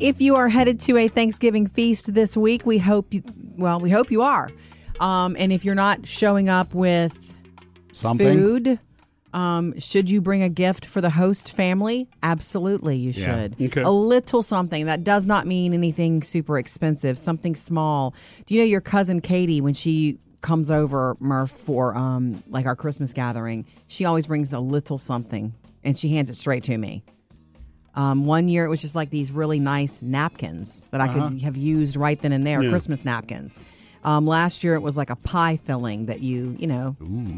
If you are headed to a Thanksgiving feast this week, we hope you, well, we hope you are. Um, and if you're not showing up with Something. food, um, should you bring a gift for the host family? Absolutely, you Yeah. should. Okay. A little something. That does not mean anything super expensive, something small. Do you know your cousin Katie, when she comes over, Murph, for um, like our Christmas gathering, she always brings a little something and she hands it straight to me. Um, one year it was just like these really nice napkins that I could have used right then and there, Christmas napkins. Um, last year it was like a pie filling that you, you know,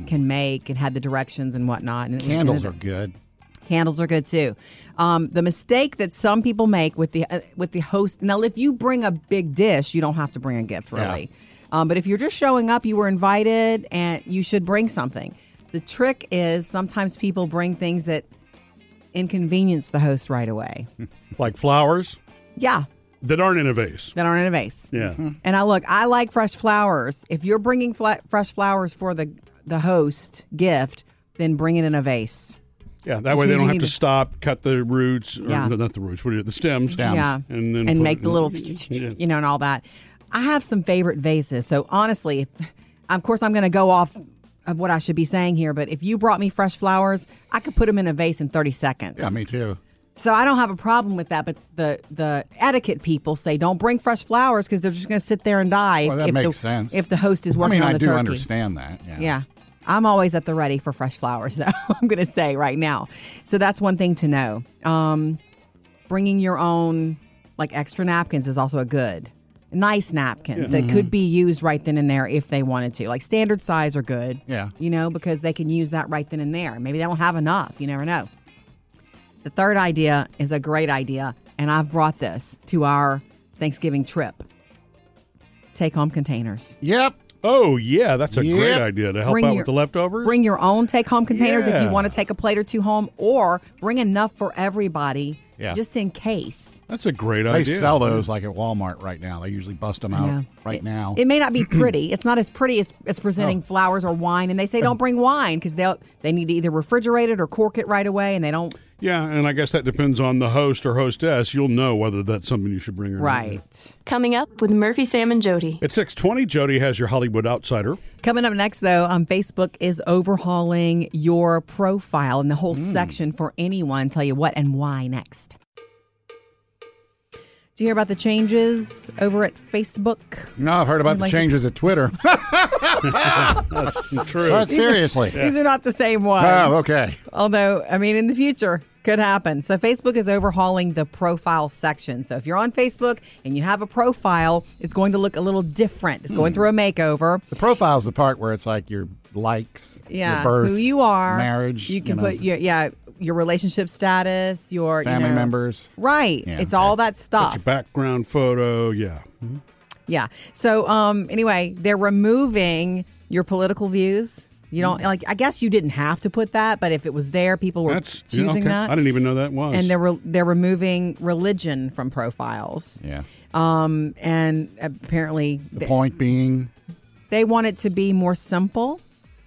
can make and had the directions and whatnot. And it was- Candles and are good. it- candles are good too. Um, the mistake that some people make with the uh, with the host now, if you bring a big dish, you don't have to bring a gift really. Um, but if you're just showing up, you were invited, and you should bring something. The trick is sometimes people bring things that inconvenience the host right away. Like flowers Yeah, that aren't in a vase. that aren't in a vase. Yeah. Mm-hmm. And I look, I like fresh flowers. If you're bringing fla- fresh flowers for the the host gift, then bring it in a vase. Yeah. That way means they you don't have need to to- stop, cut the roots, or Yeah. not the roots, what are you- the stems. Stems. Yeah, And then and put make it the in- little, Yeah. you know, and all that. I have some favorite vases. So honestly, if, of course, I'm going to go off of what I should be saying here. But if you brought me fresh flowers, I could put them in a vase in 30 seconds. Yeah, me too. So I don't have a problem with that, but the the etiquette people say don't bring fresh flowers because they're just going to sit there and die. Well, that if makes the, sense. If the host is I working mean, on I the do turkey, understand that. Yeah. Yeah, I'm always at the ready for fresh flowers, though. I'm going to say right now. So that's one thing to know. Um, bringing your own like extra napkins is also a good. Nice napkins that could be used right then and there if they wanted to. Like standard size are good. Yeah. You know, because they can use that right then and there. Maybe they don't have enough. You never know. The third idea is a great idea, and I've brought this to our Thanksgiving trip. Take home containers. Yep. Oh, yeah. That's a Yep. great idea to help out your- with the leftovers. Bring your own take home containers if you Yeah. want to take a plate or two home, or bring enough for everybody Yeah. just in case. That's a great They idea. sell those like at Walmart right now. They usually bust them out Yeah. right now. Mm-hmm. It may not be pretty. It's not as pretty as, as presenting flowers or wine. And they say don't bring wine because they they need to either refrigerate it or cork it right away, and they don't. Yeah, and I guess that depends on the host or hostess. You'll know whether that's something you should bring or not. Right. Coming up with Murphy, Sam, and Jody. At 620, Jody has your Hollywood Outsider. Coming up next, though, um, Facebook is overhauling your profile and the Mm. whole section for anyone. Tell you what and why next. Do you hear about the changes over at Facebook? no, I've heard about the like to- changes at Twitter. True. but seriously. These are not the same ones. Oh, okay. Although, I mean, in the future, could happen. So, Facebook is overhauling the profile section. So, if you're on Facebook and you have a profile, it's going to look a little different. It's Hmm. going through a makeover. The profile's the part where it's like your likes, Yeah, your birth, who you are, marriage. You can know, put your yeah your relationship status, your you family know- members. Right, Yeah, it's okay. all that stuff. Your background photo, yeah. Yeah. So um anyway, they're removing your political views. You Hmm. don't like I guess you didn't have to put that, but if it was there, people were That's yeah, choosing okay. that. I didn't even know that was. and they're re- they're removing religion from profiles. Yeah. Um and apparently The they, point being, they want it to be more simple,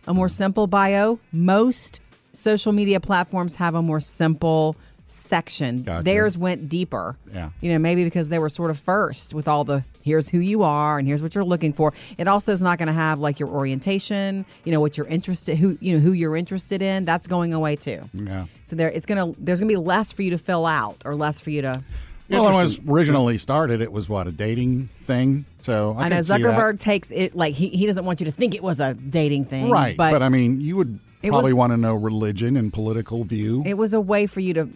a more simple bio. Most social media platforms have a more simple section. Gotcha. Theirs went deeper. Yeah. You know, maybe because they were sort of first with all the here's who you are and here's what you're looking for. It also is not going to have like your orientation, you know, what you're interested who you know who you're interested in. That's going away too. yeah. So there it's going to there's going to be less for you to fill out or less for you to Well, when it was originally started, it was what a dating thing. So I I, could know see that. Zuckerberg takes it like he, he doesn't want you to think it was a dating thing. right? But, But, I mean, you would It probably was- want to know religion and political view. it was a way for you to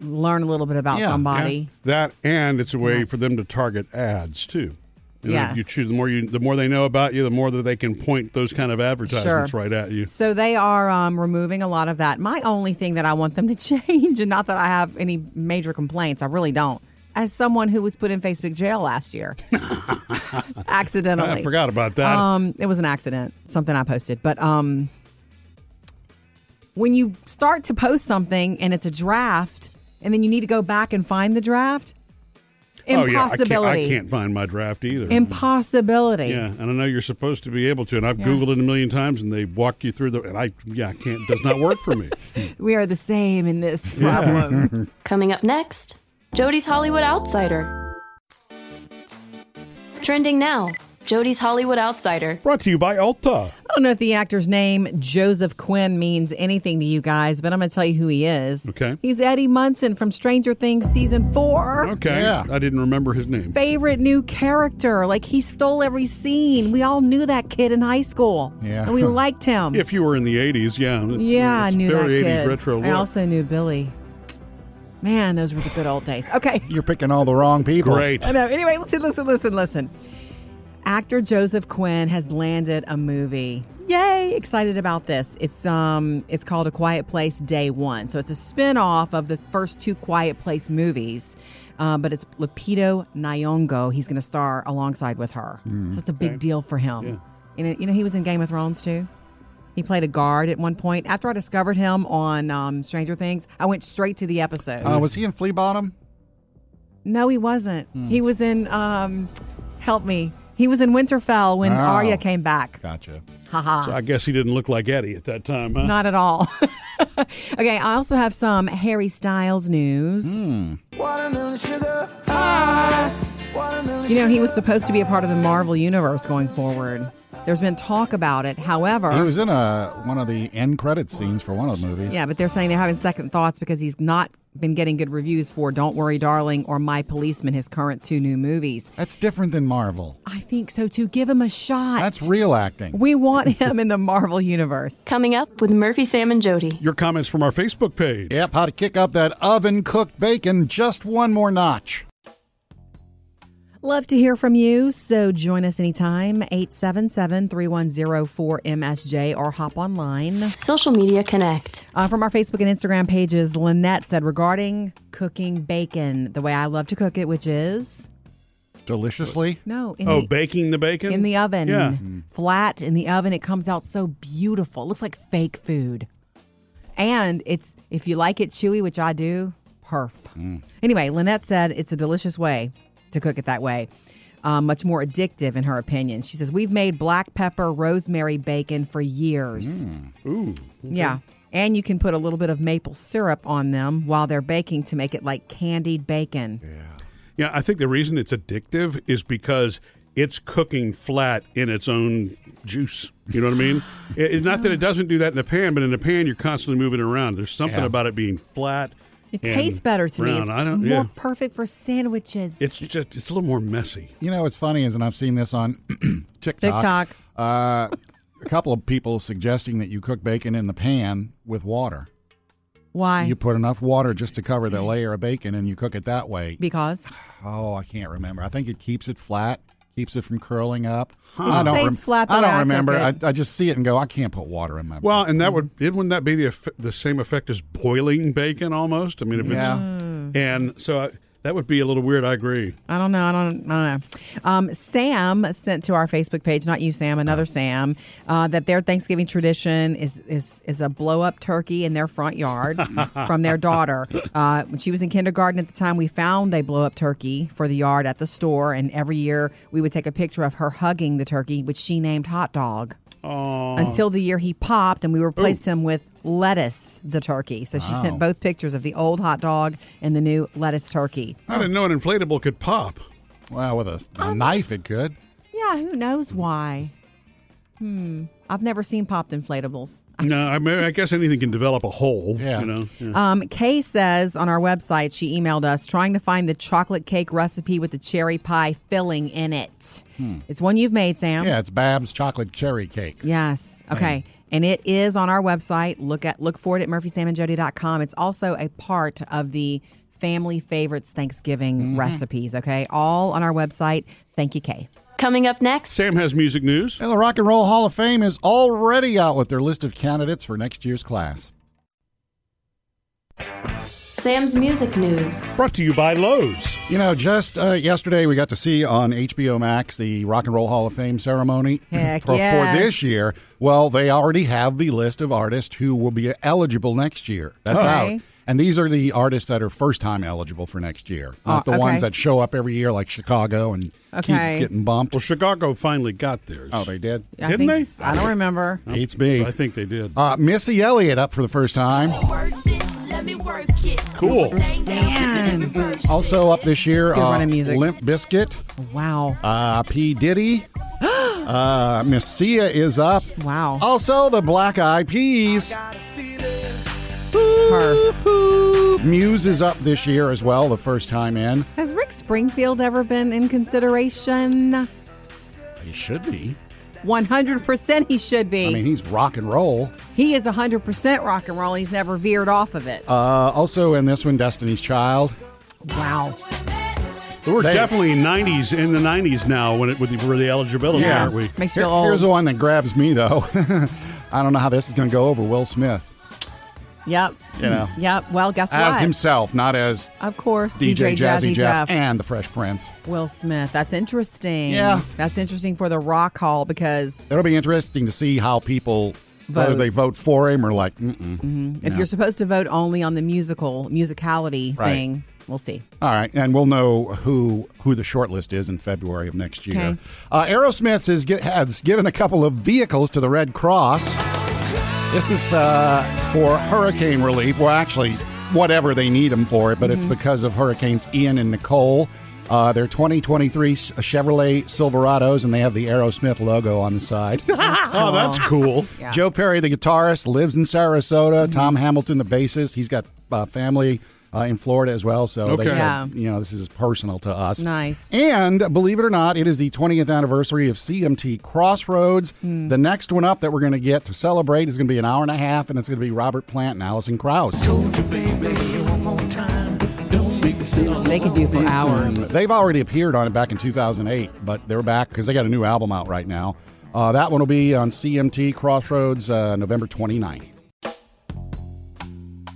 learn a little bit about Yeah, somebody. that and it's a way for them to target ads too. You know, if you Yes. choose the more you the more they know about you, the more that they can point those kind of advertisements Sure. right at you. So they are um, removing a lot of that. My only thing that I want them to change, and not that I have any major complaints, I really don't. As someone who was put in Facebook jail last year, accidentally, I forgot about that. Um, it was an accident, something I posted. But um, when you start to post something and it's a draft, and then you need to go back and find the draft, oh yeah, I impossibility, can't, I can't find my draft either. impossibility. yeah, and I know you're supposed to be able to, and I've googled it a million times, and they walk you through the. And I, yeah, I can't. Does not work for me. We are the same in this problem. Coming up next. Jody's Hollywood Outsider. Trending now, Jody's Hollywood Outsider. Brought to you by Ulta. I don't know if the actor's name Joseph Quinn means anything to you guys, but I'm going to tell you who he is. Okay. He's Eddie Munson from Stranger Things season 4. Okay. Yeah. I didn't remember his name. Favorite new character. Like he stole every scene. We all knew that kid in high school. Yeah. And we liked him. If you were in the 80s, yeah. it's- Yeah, I it's knew that very kid. 80s retro I look. also knew Billy. Man, those were the good old days. Okay. You're picking all the wrong people. Great. I know. Anyway, listen, listen, listen, listen. Actor Joseph Quinn has landed a movie. Yay! Excited about this. It's um, it's called A Quiet Place Day One. So it's a spin-off of the first two Quiet Place movies, uh, but it's Lupito Nyong'o. He's going to star alongside with her. so it's a big deal for him. And it- you know, he was in Game of Thrones too. He played a guard at one point. After I discovered him on um, Stranger Things, I went straight to the episode. Uh, was he in Flea Bottom? No, he wasn't. Hmm. He was in. Um, help me. He was in Winterfell when Oh. Arya came back. Gotcha. Haha. So I guess he didn't look like Eddie at that time, huh? Not at all. okay, I also have some Harry Styles news. Hmm. Watermelon sugar high. Watermelon You know, he sugar was supposed to be a part of the Marvel Universe going forward. There's been talk about it. However, He was in a one of the end credit scenes for one of the movies. Uh-huh. yeah, but they're saying they're having second thoughts because he's not been getting good reviews for Don't Worry, Darling or My Policeman, his current two new movies. That's different than Marvel. I think so too. Give him a shot. That's real acting. we want him in the Marvel Universe. Coming up with Murphy, Sam, and Jody. Your comments from our Facebook page. Yep, how to kick up that oven cooked bacon just one more notch. Love to hear from you, so join us anytime, 877-3104-MSJ, or hop online. Social media connect. Uh, from our Facebook and Instagram pages, Lynette said, regarding cooking bacon, the way I love to cook it, which is, Deliciously. no, in, Oh, the, baking the bacon? in the oven, Yeah. flat in the oven. It comes out so beautiful. It looks like fake food. And it's, if you like it chewy, which I do, perf. Mm. Anyway, Lynette said it's a delicious way to cook it that way. Uh, much more addictive, in her opinion. She says, We've made black pepper rosemary bacon for years. Mm. Ooh. Yeah. And you can put a little bit of maple syrup on them while they're baking to make it like candied bacon. Yeah, I think the reason it's addictive is because it's cooking flat in its own juice. You know what I mean? It- it's not that it doesn't do that in the pan, but in the pan you're constantly moving it around. There's something Yeah. about it being flat. It and tastes better to me. round. It's I don't. more Yeah. perfect for sandwiches. It's just it's a little more messy. You know what's funny is, and I've seen this on TikTok. TikTok. Uh, a couple of people suggesting that you cook bacon in the pan with water. Why? You put enough water just to cover the layer of bacon, and you cook it that way. because Oh, I can't remember. I think it keeps it flat, keeps it from curling up. Huh. I don't stays rem- flat the I way don't I cook remember. it. I, I just see it and go, I can't put water in my. Well, and that would it wouldn't that be the eff- the same effect as boiling bacon almost? I mean, if Yeah. Mm. it's and so I, that would be a little weird. I agree. I don't know. I don't. I don't know. Um, Sam sent to our Facebook page, not you, Sam, another Sam, uh, that their Thanksgiving tradition is is is a blow up turkey in their front yard from their daughter. Uh, when she was in kindergarten at the time, we found a blow up turkey for the yard at the store, and every year we would take a picture of her hugging the turkey, which she named Hot Dog. Until the year he popped, and we replaced him with lettuce the turkey. So she sent both pictures of the old hot dog and the new lettuce turkey. I didn't know an inflatable could pop. well, with a, Um, a knife, it could. Yeah, who knows why? Hmm. I've never seen popped inflatables. No, I, mean, I guess anything can develop a hole. Yeah. You know. Yeah. Um, Kay says on our website, she emailed us trying to find the chocolate cake recipe with the cherry pie filling in it. It's one you've made, Sam. Yeah, it's Bab's chocolate cherry cake. Yes. Okay. And it is on our website. Look at look for it at murphysamandjody.com. It's also a part of the family favorites Thanksgiving recipes. Okay, all on our website. Thank you, Kay. Coming up next, Sam has music news. And the Rock and Roll Hall of Fame is already out with their list of candidates for next year's class. Sam's music news. Brought to you by Lowe's. You know, just uh, yesterday we got to see on HBO Max the Rock and Roll Hall of Fame ceremony Heck for, yes. for this year. Well, they already have the list of artists who will be eligible next year. That's Okay. out. And these are the artists that are first time eligible for next year, not Oh, the okay. ones that show up every year like Chicago and Okay. keep getting bumped. Well, Chicago finally got theirs. Oh, they did. I Didn't think they? s- I don't remember. Hates me. I think they did. Uh, Missy Elliott up for the first time. Worth it, let Cool. Man. Also up this year, uh, It's good running music. Limp Biscuit, Wow. uh, P. Diddy, uh, Miss Sia is up. Oh, Wow. Also, the Black Eyed Peas. Perf. Muse is up this year as well, the first time in. Has Rick Springfield ever been in consideration? He should be. 100% he should be. I mean, he's rock and roll. he is 100% rock and roll. He's never veered off of it. Uh, also in this one, Destiny's Child. wow. We're They- definitely 90s in the 90s now when it with the, for the eligibility, Yeah. aren't we? Makes you feel Here's the old. one that grabs me, though. I don't know how this is going to go over. Will Smith, Yep. you know, Yep. Well, guess as what? himself, not as of course, DJ, Jazzy, Jeff, Jeff. and the Fresh Prince. Will Smith. That's interesting. Yeah. That's interesting for the Rock Hall because It'll be interesting to see how people whether Vote. they vote for him or like. Mm-mm. if you're supposed to vote only on the musical musicality Right. thing, we'll see. All right, and we'll know who who the shortlist is in February of next year. Okay. Uh, Aerosmith has, gi- has given a couple of vehicles to the Red Cross. This is uh, for hurricane relief. Well, actually, whatever they need them for it, but it's because of hurricanes Ian and Nicole. Uh, they're 2023 S- Chevrolet Silverados, and they have the Aerosmith logo on the side. Oh, that's cool. Yeah. Mm-hmm. Joe Perry, the guitarist, lives in Sarasota. Tom Hamilton, the bassist, he's got uh, family uh, in Florida as well. So they Okay. said, Yeah. you know, this is personal to us. Nice. And believe it or not, it is the 20th anniversary of CMT Crossroads. Hmm. The next one up that we're going to get to celebrate is going to be an hour and a half, and it's going to be Robert Plant and Allison Krauss. They could do Mm-hmm. for hours. They've already appeared on it back in 2008, but they're back because they got a new album out right now. Uh, that one will be on CMT Crossroads uh, November 29th.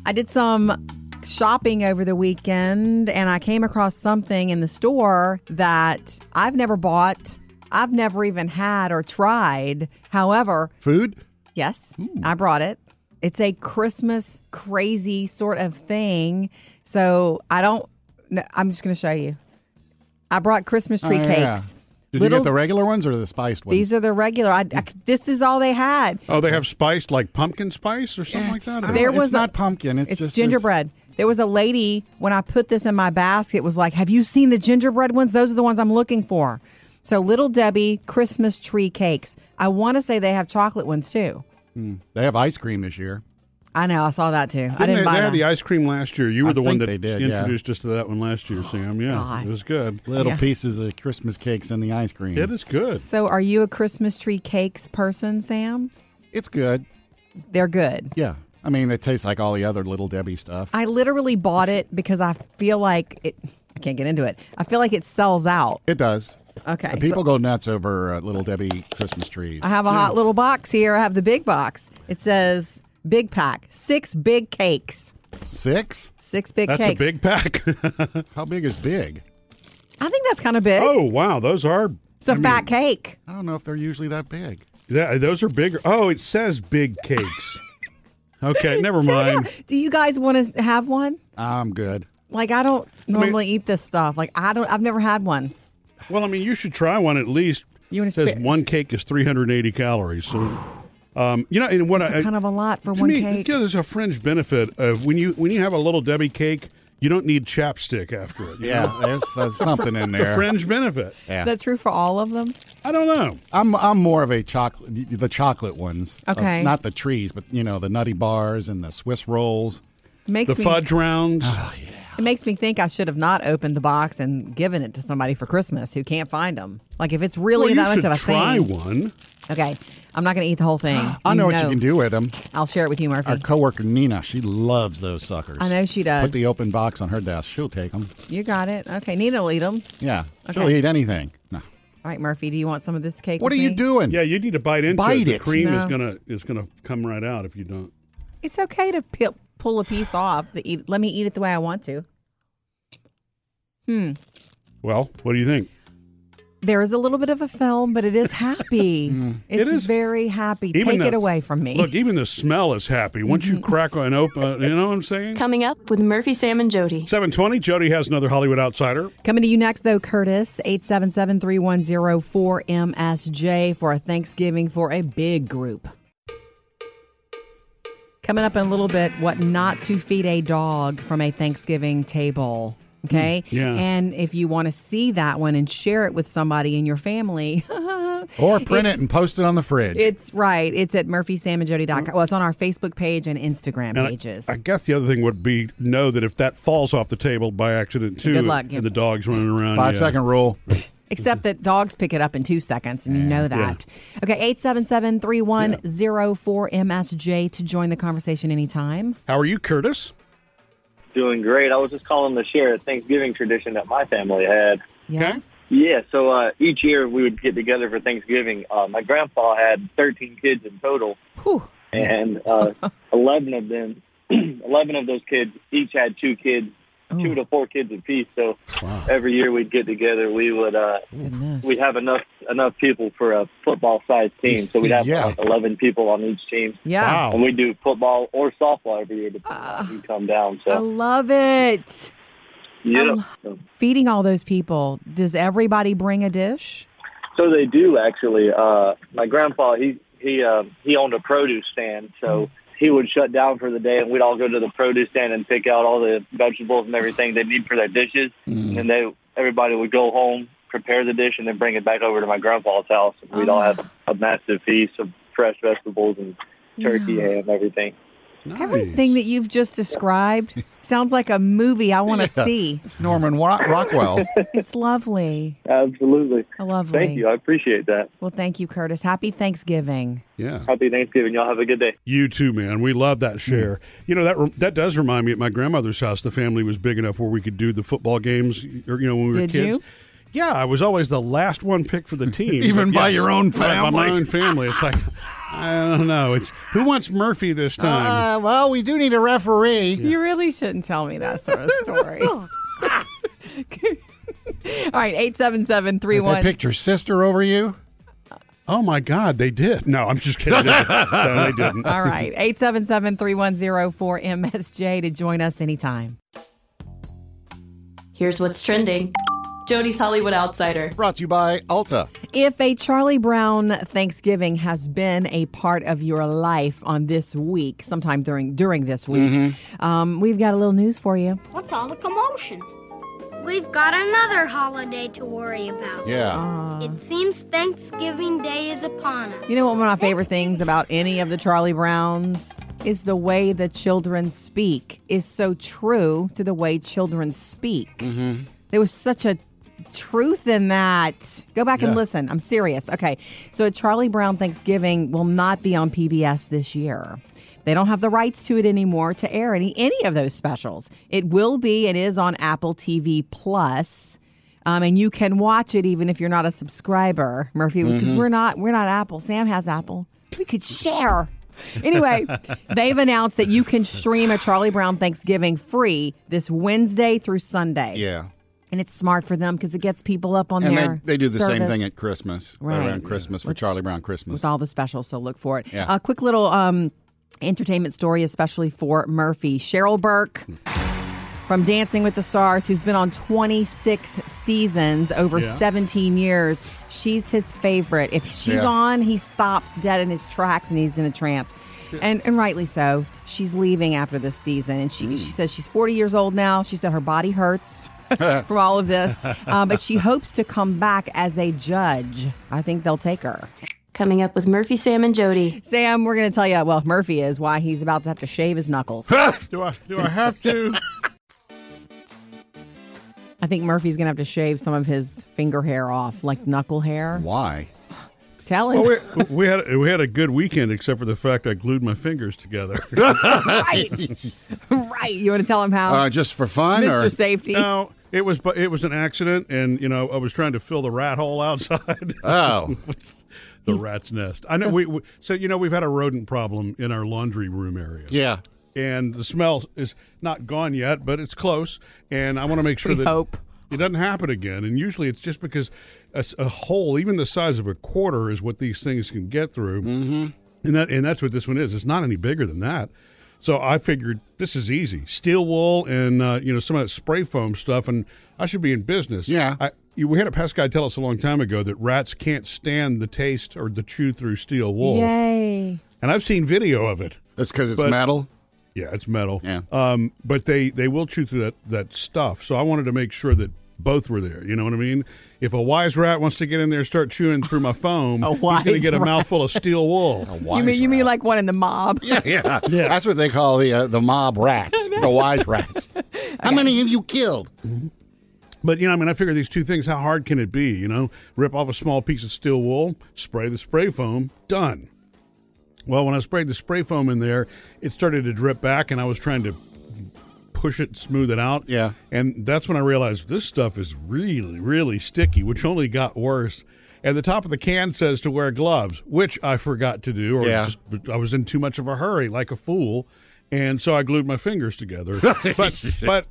I did some shopping over the weekend and I came across something in the store that I've never bought, I've never even had or tried. However, Food? Yes, I brought it. It's a Christmas crazy sort of thing. So I don't. No, I'm just going to show you. I brought Christmas tree Oh, yeah. cakes. Did Little- you get the regular ones or the spiced ones? These are the regular. I, I- this is all they had. Oh, they have spiced like pumpkin spice or something like that? There it's was a- not pumpkin. It's, It's, just gingerbread. There was a lady when I put this in my basket was like, "Have you seen the gingerbread ones? Those are the ones I'm looking for." So Little Debbie Christmas tree cakes. I want to say they have chocolate ones too. They have ice cream this year. I know. I saw that too. I Didn't didn't they, buy they them. had the ice cream last year. You were I the one think that they did, yeah. introduced us to that one last year, Sam. Yeah, God. it was good. Little Yeah. pieces of Christmas cakes in the ice cream. It is good. So, are you a Christmas tree cakes person, Sam? It's good. They're good. Yeah. I mean, it tastes like all the other Little Debbie stuff. I literally bought it because I feel like it. I can't get into it. I feel like it sells out. it does. Okay, Uh, People go nuts over uh, Little Debbie Christmas trees. I have a hot little box here. I have the big box. It says big pack, six big cakes, Six? six big That's cakes. a big pack. How big is big? I think that's kind of big. oh, wow. Those are. it's a fat cake. I don't know if they're usually that big. That, those are bigger. Oh, it says big cakes. okay, never mind. Do you guys want to have one? I'm good. Like I don't normally eat this stuff. Like I don't. I've never had one. Well, I mean, you should try one at least. You wanna It says spit- one cake is 380 calories. So, um, you know, and what I Kind of a lot for to one me, cake. you know, there's a fringe benefit of when you when you have a little Debbie cake, you don't need chapstick after it. you know? Yeah, there's uh, something in It's a there. fringe benefit. Is that true for all of them? I don't know. I'm I'm more of a chocolate, the chocolate ones. Uh, Okay. not the trees, but you know the nutty bars and the Swiss rolls. Makes The me fudge rounds. It makes me think I should have not opened the box and given it to somebody for Christmas who can't find them. Like if it's really Well, that you much should of a try thing. one. Okay, I'm not going to eat the whole thing. I know You what you can do with them. I'll share it with you, Murphy. Our coworker Nina, she loves those suckers. I know she Put does. the open box on her desk. She'll take them. you got it. Okay, Nina will eat them. Yeah, she'll Okay. eat anything. No. All right, Murphy, do you want some of this cake? What are with you me? doing? Yeah, you need to bite into Bite it. The it. cream No. is gonna is gonna come right out if you don't. It's okay to pi- pull a piece off. To eat. Let me eat it the way I want to. Well, what do you think? There is a little bit of a film, but it is happy. It's Mm. It is. very happy. Take the- it away from me. Mm-hmm. Look, even the smell is happy once you crack and open. You know what I'm saying? Coming up with Murphy, Sam, and Jody. 720. Jody has another Hollywood outsider. Coming to you next, though, Curtis, 877 310 4MSJ for a Thanksgiving for a big group. Coming up in a little bit, what not to feed a dog from a Thanksgiving table. Okay. Mm, yeah. And if you want to see that one and share it with somebody in your family, Or print it and post it on the fridge. it's right. It's at murphysamandjody.com. Well, it's on our Facebook page and Instagram And Mm-hmm. I- pages. I, guess the other thing would be know that if that falls off the table by accident too, Good luck. and the dog's running around. Five yeah. second rule. Except that dogs pick it up in two seconds, and you know that. Okay, 877-3104-MSJ to join the conversation anytime. How are you, Curtis? Doing great. I was just calling to share a Thanksgiving tradition that my family had. Yeah. Okay. Yeah, so uh, each year we would get together for Thanksgiving. Uh, my grandpa had 13 kids in total, Whew. and uh, 11 of them, 11 of those kids each had two kids, two to four kids apiece. So every year we'd get together. We would uh, Goodness. we'd have enough enough people for a football sized team. So we'd have Yeah. like 11 people on each team. Yeah. Wow. And we do football or softball every year, depending on who come down. I So, love it. yeah. Feeding all those people. Does everybody bring a dish? So they do actually. Uh, my grandpa he he uh, he owned a produce stand, so he would shut down for the day, and we'd all go to the produce stand and pick out all the vegetables and everything they need for their dishes, and they everybody would go home, prepare the dish, and then bring it back over to my grandpa's house, and we'd all have a massive feast of fresh vegetables and turkey ham, everything. Everything that you've just described sounds like a movie I want to Yeah. see. It's Norman Wa- Rockwell. It's lovely. Absolutely. Lovely. Thank you. I appreciate that. Well, thank you, Curtis. Happy Thanksgiving. Yeah. Happy Thanksgiving. Y'all have a good day. You too, man. We love Hmm. that share. You know that re- that does remind me. At my grandmother's house, the family was big enough where we could do the football games. Or you know when we were Did kids. you? Yeah, I was always the last one picked for the team. Even But by your own Right, by my family? own family. It's like I don't know. It's who wants Murphy this time? Uh, well, we do need a referee. You really shouldn't tell me that sort of story. All right, 877 Did they 31 picked your sister over you? oh my God, they did. No, I'm just kidding. no, they didn't. All right, 877 3104 MSJ to join us anytime. Here's what's trending Jody's Hollywood Outsider. Brought to you by Alta. If a Charlie Brown Thanksgiving has been a part of your life on this week, sometime during during this week, um, we've got a little news for you. What's all the commotion? We've got another holiday to worry about. Oh. Yeah. It seems Thanksgiving Day is upon us. You know what one of my favorite things about any of the Charlie Browns is the way the children speak is so true to the way children speak. There was such a truth in that. Go back and listen. I'm serious. Okay. So a Charlie Brown Thanksgiving will not be on PBS this year. They don't have the rights to it anymore to air any any of those specials. It will be and is on Apple TV Plus. Um, and you can watch it even if you're not a subscriber, Murphy, because Mm-hmm. we're not we're not Apple. Sam has Apple. We could share. Anyway, they've announced that you can stream a Charlie Brown Thanksgiving free this Wednesday through Sunday. Yeah. And it's smart for them because it gets people up on And their they, they do the same service thing at Christmas, Right. around Christmas for Charlie Brown Christmas. with all the specials. So look for it. Yeah. A quick little um, entertainment story, especially for Murphy. Cheryl Burke from Dancing with the Stars, who's been on 26 seasons over 17 years. She's his favorite. If she's Yeah. on, he stops dead in his tracks and he's in a trance. And, and rightly so. She's leaving after this season. And she, Hmm. she says she's 40 years old now. She said her body hurts from all of this. Uh, but she hopes to come back as a judge. I think they'll take her. Coming up with Murphy, Sam, and Jody. Sam, we're going to tell you, well, Murphy is why he's about to have to shave his knuckles. Do I do I have to? I think Murphy's going to have to shave some of his finger hair off, like knuckle hair. Why? Tell him. Well, we, we had we had a good weekend, except for the fact I glued my fingers together. right. right. You want to tell him how? Uh, just for fun? Mr. Or? Safety. no, it was but it was an accident, and you know I was trying to fill the rat hole outside. Oh. the rat's nest. I know. We, we so you know we've had a rodent problem in our laundry room area, Yeah. and the smell is not gone yet, but it's close. And I want to make sure We that hope. it doesn't happen again. And usually it's just because a, s- a hole, even the size of a quarter, is what these things can get through. Mm-hmm. And that and that's what this one is. It's not any bigger than that. So I figured this is easy. Steel wool and uh, you know some of that spray foam stuff, and I should be in business. Yeah. I, you- we had a pest guy tell us a long time ago that rats can't stand the taste or the chew through steel wool, Yay. and I've seen video of it. That's because it's But- metal. Yeah, it's metal. Yeah. Um, but they they will chew through that that stuff. So I wanted to make sure that both were there. You know what I mean? If a wise rat wants to get in there and start chewing through my foam, A he's going to wise get a rat. mouthful of steel wool. You mean you Wise mean like one in the mob? rat. yeah, yeah. That's what they call the uh, the mob rats, the wise rats. How many of you killed? But you know, I mean, I figure these two things. How hard can it be? You know, rip off a small piece of steel wool, spray the spray foam, done. Well, when I sprayed the spray foam in there, it started to drip back, and I was trying to push it, smooth it out. Yeah. and that's when I realized this stuff is really, really sticky, which only got worse. And the top of the can says to wear gloves, which I forgot to do, or Yeah. just, I was in too much of a hurry, like a fool, and so I glued my fingers together. but but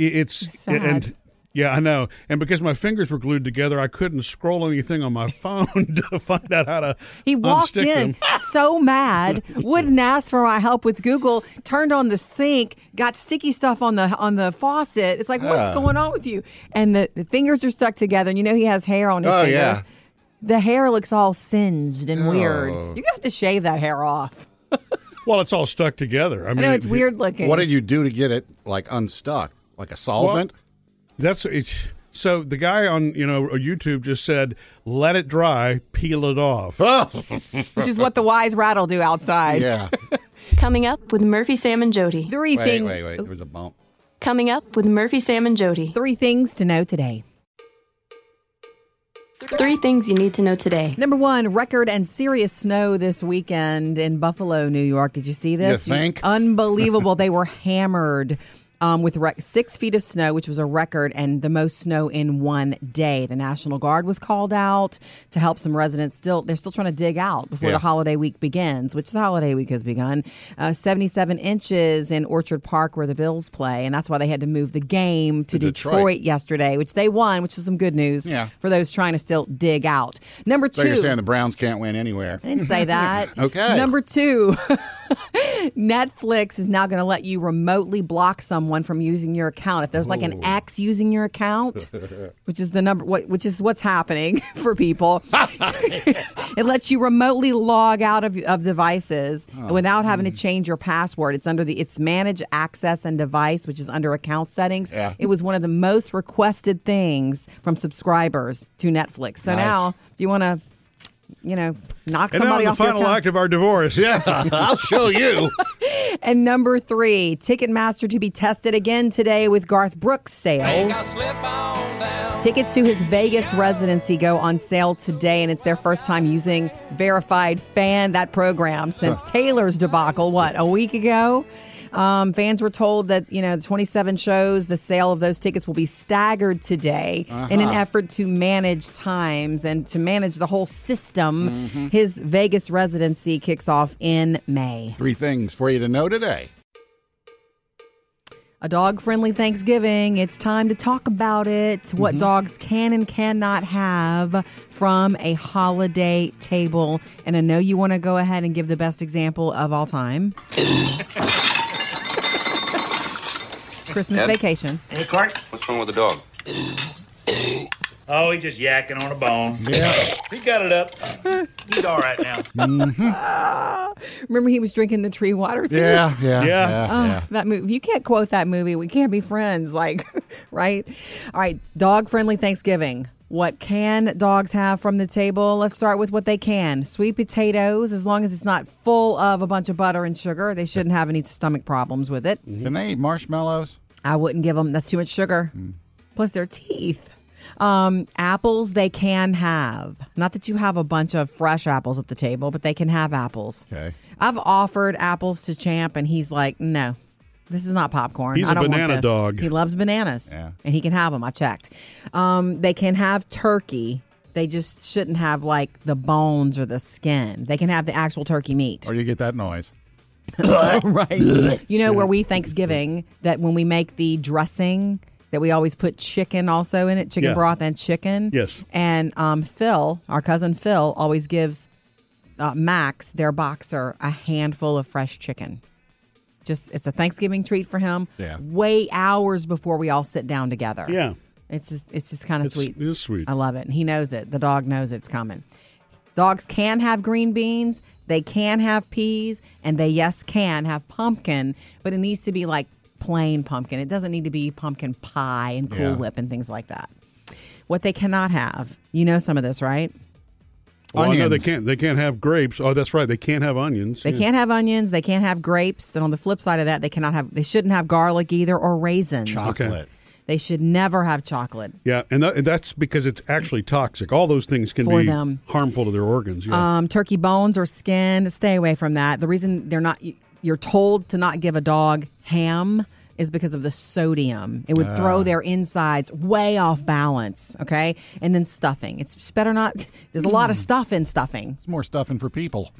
i- it's Sad. and yeah, I know. And because my fingers were glued together, I couldn't scroll anything on my phone to find out how to He walked unstick in them. so mad, wouldn't ask for my help with Google, turned on the sink, got sticky stuff on the on the faucet. It's like, what's going on with you? And the, the fingers are stuck together. And you know he has hair on his Oh, fingers. yeah. The hair looks all singed and weird. Oh. You're gonna have to shave that hair off. Well, it's all stuck together. I I mean, know it's it- weird looking. What did you do to get it like unstuck? Like a solvent? That's it's, so. The guy on you know YouTube just said, "Let it dry, peel it off." Ah. Which is what the wise rat'll do outside. yeah. Coming up with Murphy, Sam, and Jody. Three Wait, things wait, wait. There was a bump. Coming up with Murphy, Sam, and Jody. three things to know today. Three things you need to know today. Number one, record and serious snow this weekend in Buffalo, New York. Did you see this? You think? Unbelievable. they were hammered um, with rec- six feet of snow, which was a record and the most snow in one day. The National Guard was called out to help some residents. Still, they're still trying to dig out before Yeah. the holiday week begins, which the holiday week has begun. Uh, 77 inches in Orchard Park where the Bills play, and that's why they had to move the game to, To Detroit. Detroit. yesterday, which they won, which is some good news Yeah. for those trying to still dig out. Number two. So you're saying the Browns can't win anywhere? I didn't say that. Okay. Number two, Netflix is now going to let you remotely block someone from using your account if there's like Oh. an ex using your account, which is the number, what, which is what's happening for people. it lets you remotely log out of, of devices Oh. without having Hmm. to change your password. It's under the it's manage access and device, which is under account settings. Yeah. It was one of the most requested things from subscribers to Netflix. So Nice. now, if you want to you know, knock And now somebody the off your final account. act of our divorce. Yeah, I'll show you. And number three, Ticketmaster to be tested again today with Garth Brooks sales. Tickets to his Vegas residency go on sale today, and it's their first time using Verified Fan, that program, since Taylor's debacle, what, a week ago? Um, fans were told that, you know, the 27 shows, the sale of those tickets will be staggered today in an effort to manage times and to manage the whole system. His Vegas residency kicks off in May. Three things for you to know today. A dog friendly Thanksgiving. It's time to talk about it. What dogs can and cannot have from a holiday table. And I know you want to go ahead and give the best example of all time Christmas vacation. Hey, Clark. What's wrong with the dog? Oh, he's just yakking on a bone. Yeah. He got it up. He's all right now. Remember, he was drinking the tree water too? Yeah, yeah, yeah. Yeah. yeah. Oh, That movie, you can't quote that movie. We can't be friends, like, right? All right, dog friendly Thanksgiving. What can dogs have from the table? Let's start with what they can. Sweet potatoes, as long as it's not full of a bunch of butter and sugar, they shouldn't have any stomach problems with it. Can they eat marshmallows? I wouldn't give them. That's too much sugar. Mm. Plus their teeth. Um, apples they can have. Not that you have a bunch of fresh apples at the table, but they can have apples. Okay. I've offered apples to Champ, and he's like, no. This is not popcorn. He's I a don't want banana this." dog. He loves bananas, Yeah. and he can have them. I checked. Um, they can have turkey. They just shouldn't have like the bones or the skin. They can have the actual turkey meat. Or you get that noise. right. You know where we Thanksgiving that when we make the dressing that we always put chicken also in it, chicken Yeah. broth and chicken. Yes. And um, Phil, our cousin Phil, always gives uh, Max, their boxer, a handful of fresh chicken. Just it's a Thanksgiving treat for him. Yeah. Way hours before we all sit down together. Yeah. It's just it's just kind of It's- sweet. Uh, it is sweet. I love it. And he knows it. The dog knows it's coming. Dogs can have green beans, they can have peas, and they, yes, can have pumpkin, but it needs to be like plain pumpkin. It doesn't need to be pumpkin pie and Cool Yeah. Whip and things like that. What they cannot have, you know some of this, right? Oh, Well, no, they Onions. can't. They can't have grapes. Oh, that's right. They can't have onions. They Yeah. can't have onions. They can't have grapes. And on the flip side of that, they cannot have. They shouldn't have garlic either or raisins. Chocolate. Okay. They should never have chocolate. Yeah, and, that, and that's because it's actually toxic. All those things can For be them. harmful to their organs. Yeah. Um, turkey bones or skin. Stay away from that. The reason they're not. You're told to not give a dog ham is because of the sodium. It would throw their insides way off balance. Okay, and then stuffing. It's just better not. There's a lot of stuff in stuffing. It's more stuffing for people.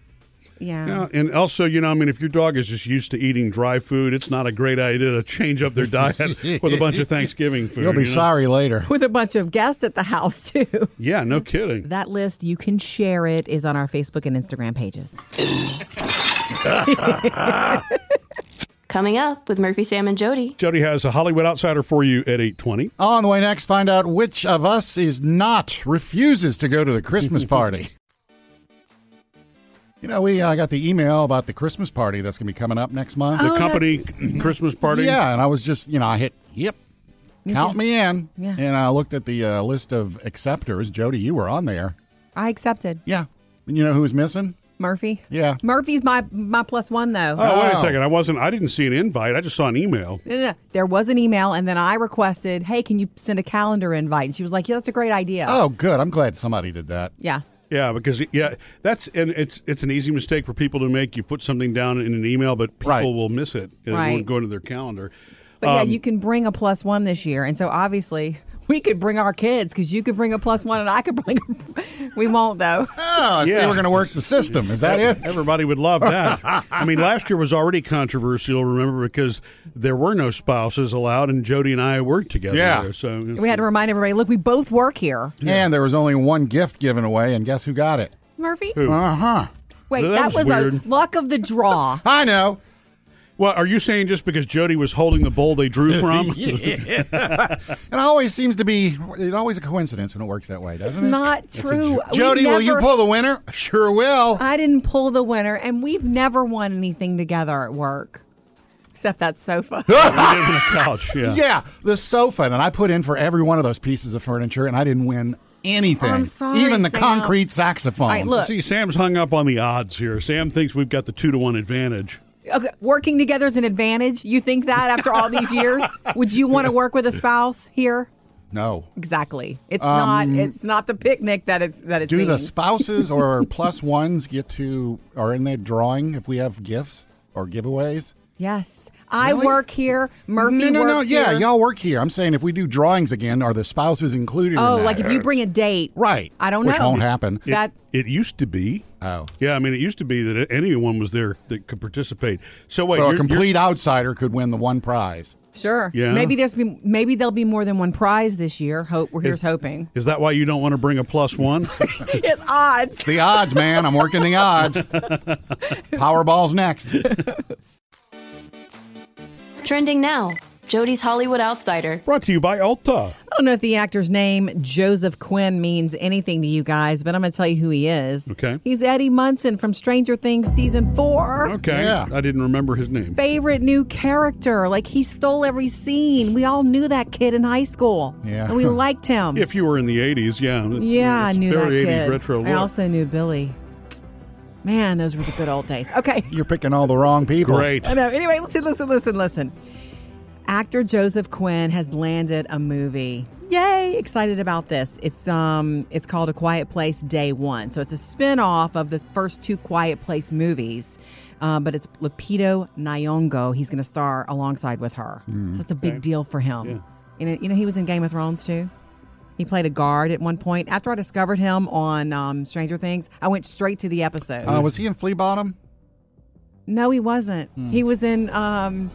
Yeah. Yeah, and also, you know, I mean, if your dog is just used to eating dry food, it's not a great idea to change up their diet with a bunch of Thanksgiving food. You'll be you know? sorry later. With a bunch of guests at the house too. Yeah, no kidding. That list, you can share it, is on our Facebook and Instagram pages. Coming up with Murphy, Sam, and Jody. Jody has a Hollywood Outsider for you at eight twenty. On the way next, find out which of us is not, refuses to go to the Christmas party. you know, we uh, got the email about the Christmas party that's going to be coming up next month. Oh, The company Christmas party. Yeah, and I was just, you know, I hit, yep, count too. me in. Yeah. And I looked at the uh, list of acceptors. Jody, you were on there. I accepted. Yeah. And you know who was missing? Murphy? Yeah. Murphy's my my plus one though. Oh, wait a Oh. second. I wasn't. I didn't see an invite. I just saw an email. No, no, no. There was an email, and then I requested, "Hey, can you send a calendar invite?" And she was like, "Yeah, that's a great idea." Oh, good. I'm glad somebody did that. yeah. Yeah, because yeah, that's and it's it's an easy mistake for people to make. You put something down in an email, but people Right. will miss it. It Right. won't go into their calendar. But Um, yeah, you can bring a plus one this year, and so obviously we could bring our kids because you could bring a plus one, and I could bring. A, we won't though. Oh, I see Yeah. we're going to work the system. Is that it? Everybody would love that. I mean, last year was already controversial, remember, because there were no spouses allowed, and Jody and I worked together. Yeah. there, so We had to remind everybody, look, we both work here. And there was only one gift given away, and guess who got it? Murphy, Uh huh. wait, that, That was, was a weird. luck of the draw. I know. well, are you saying just because Jody was holding the bowl they drew from? It always seems to be. It's always a coincidence when it works that way, doesn't it? Not true. We Jody, will you never- Uh, pull the winner? Sure will. I didn't pull the winner, and we've never won anything together at work, except that sofa. we did on the couch. Yeah. yeah, the sofa, and I put in for every one of those pieces of furniture, and I didn't win anything. I'm sorry, Even the Sam. concrete saxophone. All right, look. See, Sam's hung up on the odds here. Sam thinks we've got the two to one advantage. Okay, working together is an advantage. You think that after all these years, would you want to work with a spouse here? No. Exactly. It's not. It's not the picnic that it's that it Um, Do the seems. spouses or plus ones get to are in the drawing if we have gifts or giveaways? yes, I Really? work here. Murphy no, no, no. works Yeah, here. y'all work here. I'm saying if we do drawings again, are the spouses included? in Oh, that? like if you bring a date, right. I don't which know. won't happen. It- That it used to be. Oh. Yeah, I mean, it used to be that anyone was there that could participate. So wait, so you're- a you're- complete outsider could win the one prize. sure. Yeah. Maybe there's be, maybe there'll be more than one prize this year. Hope we're here's hoping. is that why you don't want to bring a plus one? It's odds. The odds, man. I'm working the odds. Powerball's next. Trending now Jody's Hollywood Outsider. Brought to you by Alta. I don't know if the actor's name Joseph Quinn means anything to you guys, but I'm going to tell you who he is. Okay. He's Eddie Munson from Stranger Things season four. Okay. Yeah. I didn't remember his name. favorite new character. Like he stole every scene. We all knew that kid in high school. Yeah. And we liked him. If you were in the 80s, yeah. It's- yeah, I it's knew that very kid. 80s retro look. I also knew Billy. Man, those were the good old days. Okay. You're picking all the wrong people. Great. I know. Anyway, listen, listen, listen, listen. Actor Joseph Quinn has landed a movie. Yay! Excited about this. It's um, it's called A Quiet Place Day One. So it's a spin-off of the first two Quiet Place movies, uh, but it's Lupito Nyong'o. He's going to star alongside with her. so that's a big deal for him. And it- you know, he was in Game of Thrones too. He played a guard at one point. After I discovered him on um, Stranger Things, I went straight to the episode. Uh, was he in Flea Bottom? No, he wasn't. He was in. Um,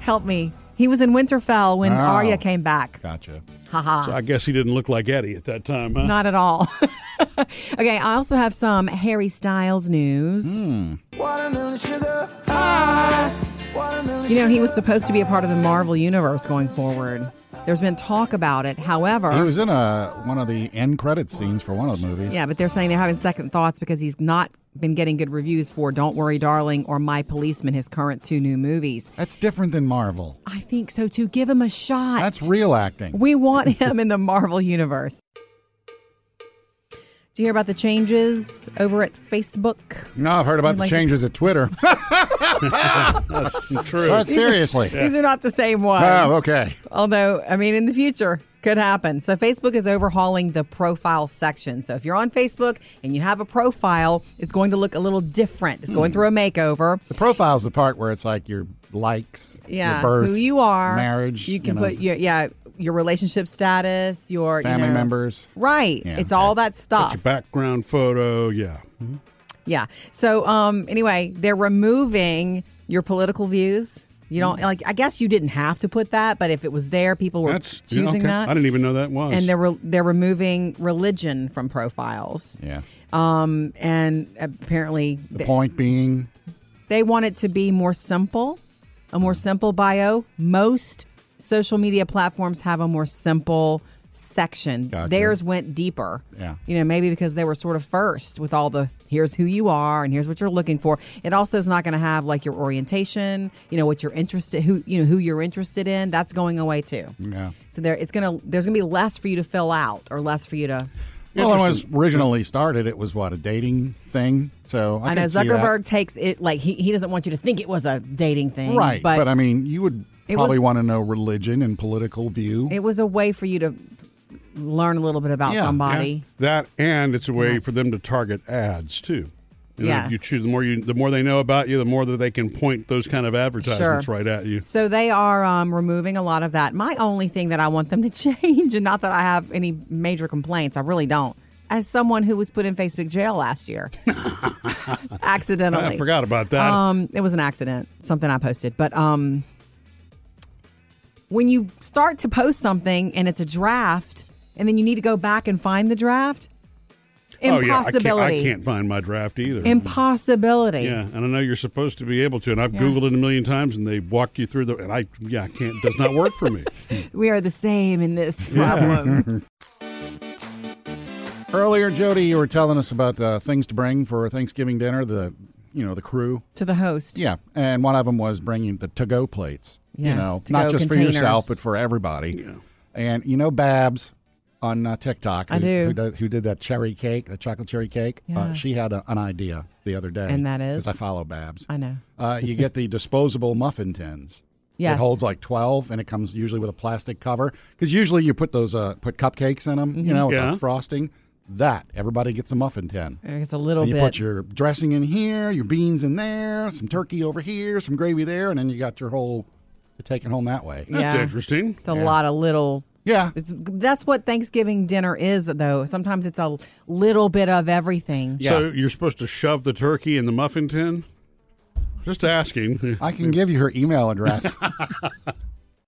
help me. He was in Winterfell when Oh. Arya came back. Gotcha. Haha. So I guess he didn't look like Eddie at that time, huh? Not at all. okay, I also have some Harry Styles news. Ah. Watermelon sugar high. Watermelon You know, he was supposed to be a part of the Marvel universe going forward. There's been talk about it. However, He was in a one of the end credit scenes for one of the movies. Yeah, but they're saying they're having second thoughts because he's not been getting good reviews for Don't Worry Darling or My Policeman, his current two new movies. That's different than Marvel. I think so too. Give him a shot. That's real acting. We want him in the Marvel universe. Do you hear about the changes over at Facebook? No, I've heard about the Like- changes at Twitter. True. but seriously. These are not the same ones. Oh, okay. Although, I mean, in the future, could happen. So, Facebook is overhauling the profile section. So, if you're on Facebook and you have a profile, it's going to look a little different. It's Hmm. going through a makeover. The profile's the part where it's like your likes, yeah, your birth, who you are, marriage. You can know, put your yeah your relationship status, your you family know- members. Right, Yeah, it's okay. all that stuff. Your background photo, yeah. yeah. So um, anyway, they're removing your political views. You Mm. don't like. I guess you didn't have to put that, but if it was there, people were That's yeah, choosing okay. that. I didn't even know that was. and they're re- they're removing religion from profiles, Yeah. um, and apparently The they, point being, they want it to be more simple, a Mm. more simple bio. Most social media platforms have a more simple section. Gotcha. Theirs went deeper. Yeah. You know, maybe because they were sort of first with all the here's who you are and here's what you're looking for. It also is not going to have like your orientation, you know, what you're interested who you know who you're interested in. That's going away too. yeah. So there it's going to there's going to be less for you to fill out or less for you to Well, when it was originally started, it was what a dating thing. So I, I can know see that. Zuckerberg takes it like he, he doesn't want you to think it was a dating thing. right? But, But, I mean, you would It probably was- want to know religion and political view. it was a way for you to learn a little bit about Yeah, somebody. that and it's a way for them to target ads too. You know, if you Yes. choose the more you the more they know about you, the more that they can point those kind of advertisements Sure. right at you. So they are um, removing a lot of that. My only thing that I want them to change, and not that I have any major complaints, I really don't. As someone who was put in Facebook jail last year, accidentally, I forgot about that. Um, it was an accident, something I posted. But um, when you start to post something and it's a draft, and then you need to go back and find the draft, Oh, yeah, I can't- impossibility. I, can't, find my draft either. Mm-hmm. Impossibility. yeah, and I know you're supposed to be able to, and I've Googled it a million times, and they walk you through the. And I, yeah, I can't. Does not work for me. We are the same in this problem. Earlier, Jody, you were telling us about uh, things to bring for Thanksgiving dinner. The you know the crew. to the host. Yeah, and one of them was bringing the to-go plates. you Yes, know, to-go not just for containers. yourself, but for everybody. And you know, Babs on uh, TikTok, I who, do. Who, did, who did that cherry cake, the chocolate cherry cake. Uh, Yeah. she had a, an idea the other day, And that is? because I follow Babs. I know. Uh, you get the disposable muffin tins. Yes. It holds like twelve, and it comes usually with a plastic cover. Because usually you put those uh, put cupcakes in them, Mm-hmm. you know, with Yeah. the frosting. That everybody gets a muffin tin. It's a little And you bit. put your dressing in here, your beans in there, some turkey over here, some gravy there, and then you got your whole to take it home that way. That's Yeah. interesting. it's a lot of little. Yeah. It's, that's what Thanksgiving dinner is, though. Sometimes it's a little bit of everything. Yeah. So you're supposed to shove the turkey in the muffin tin? Just asking. I can give you her email address.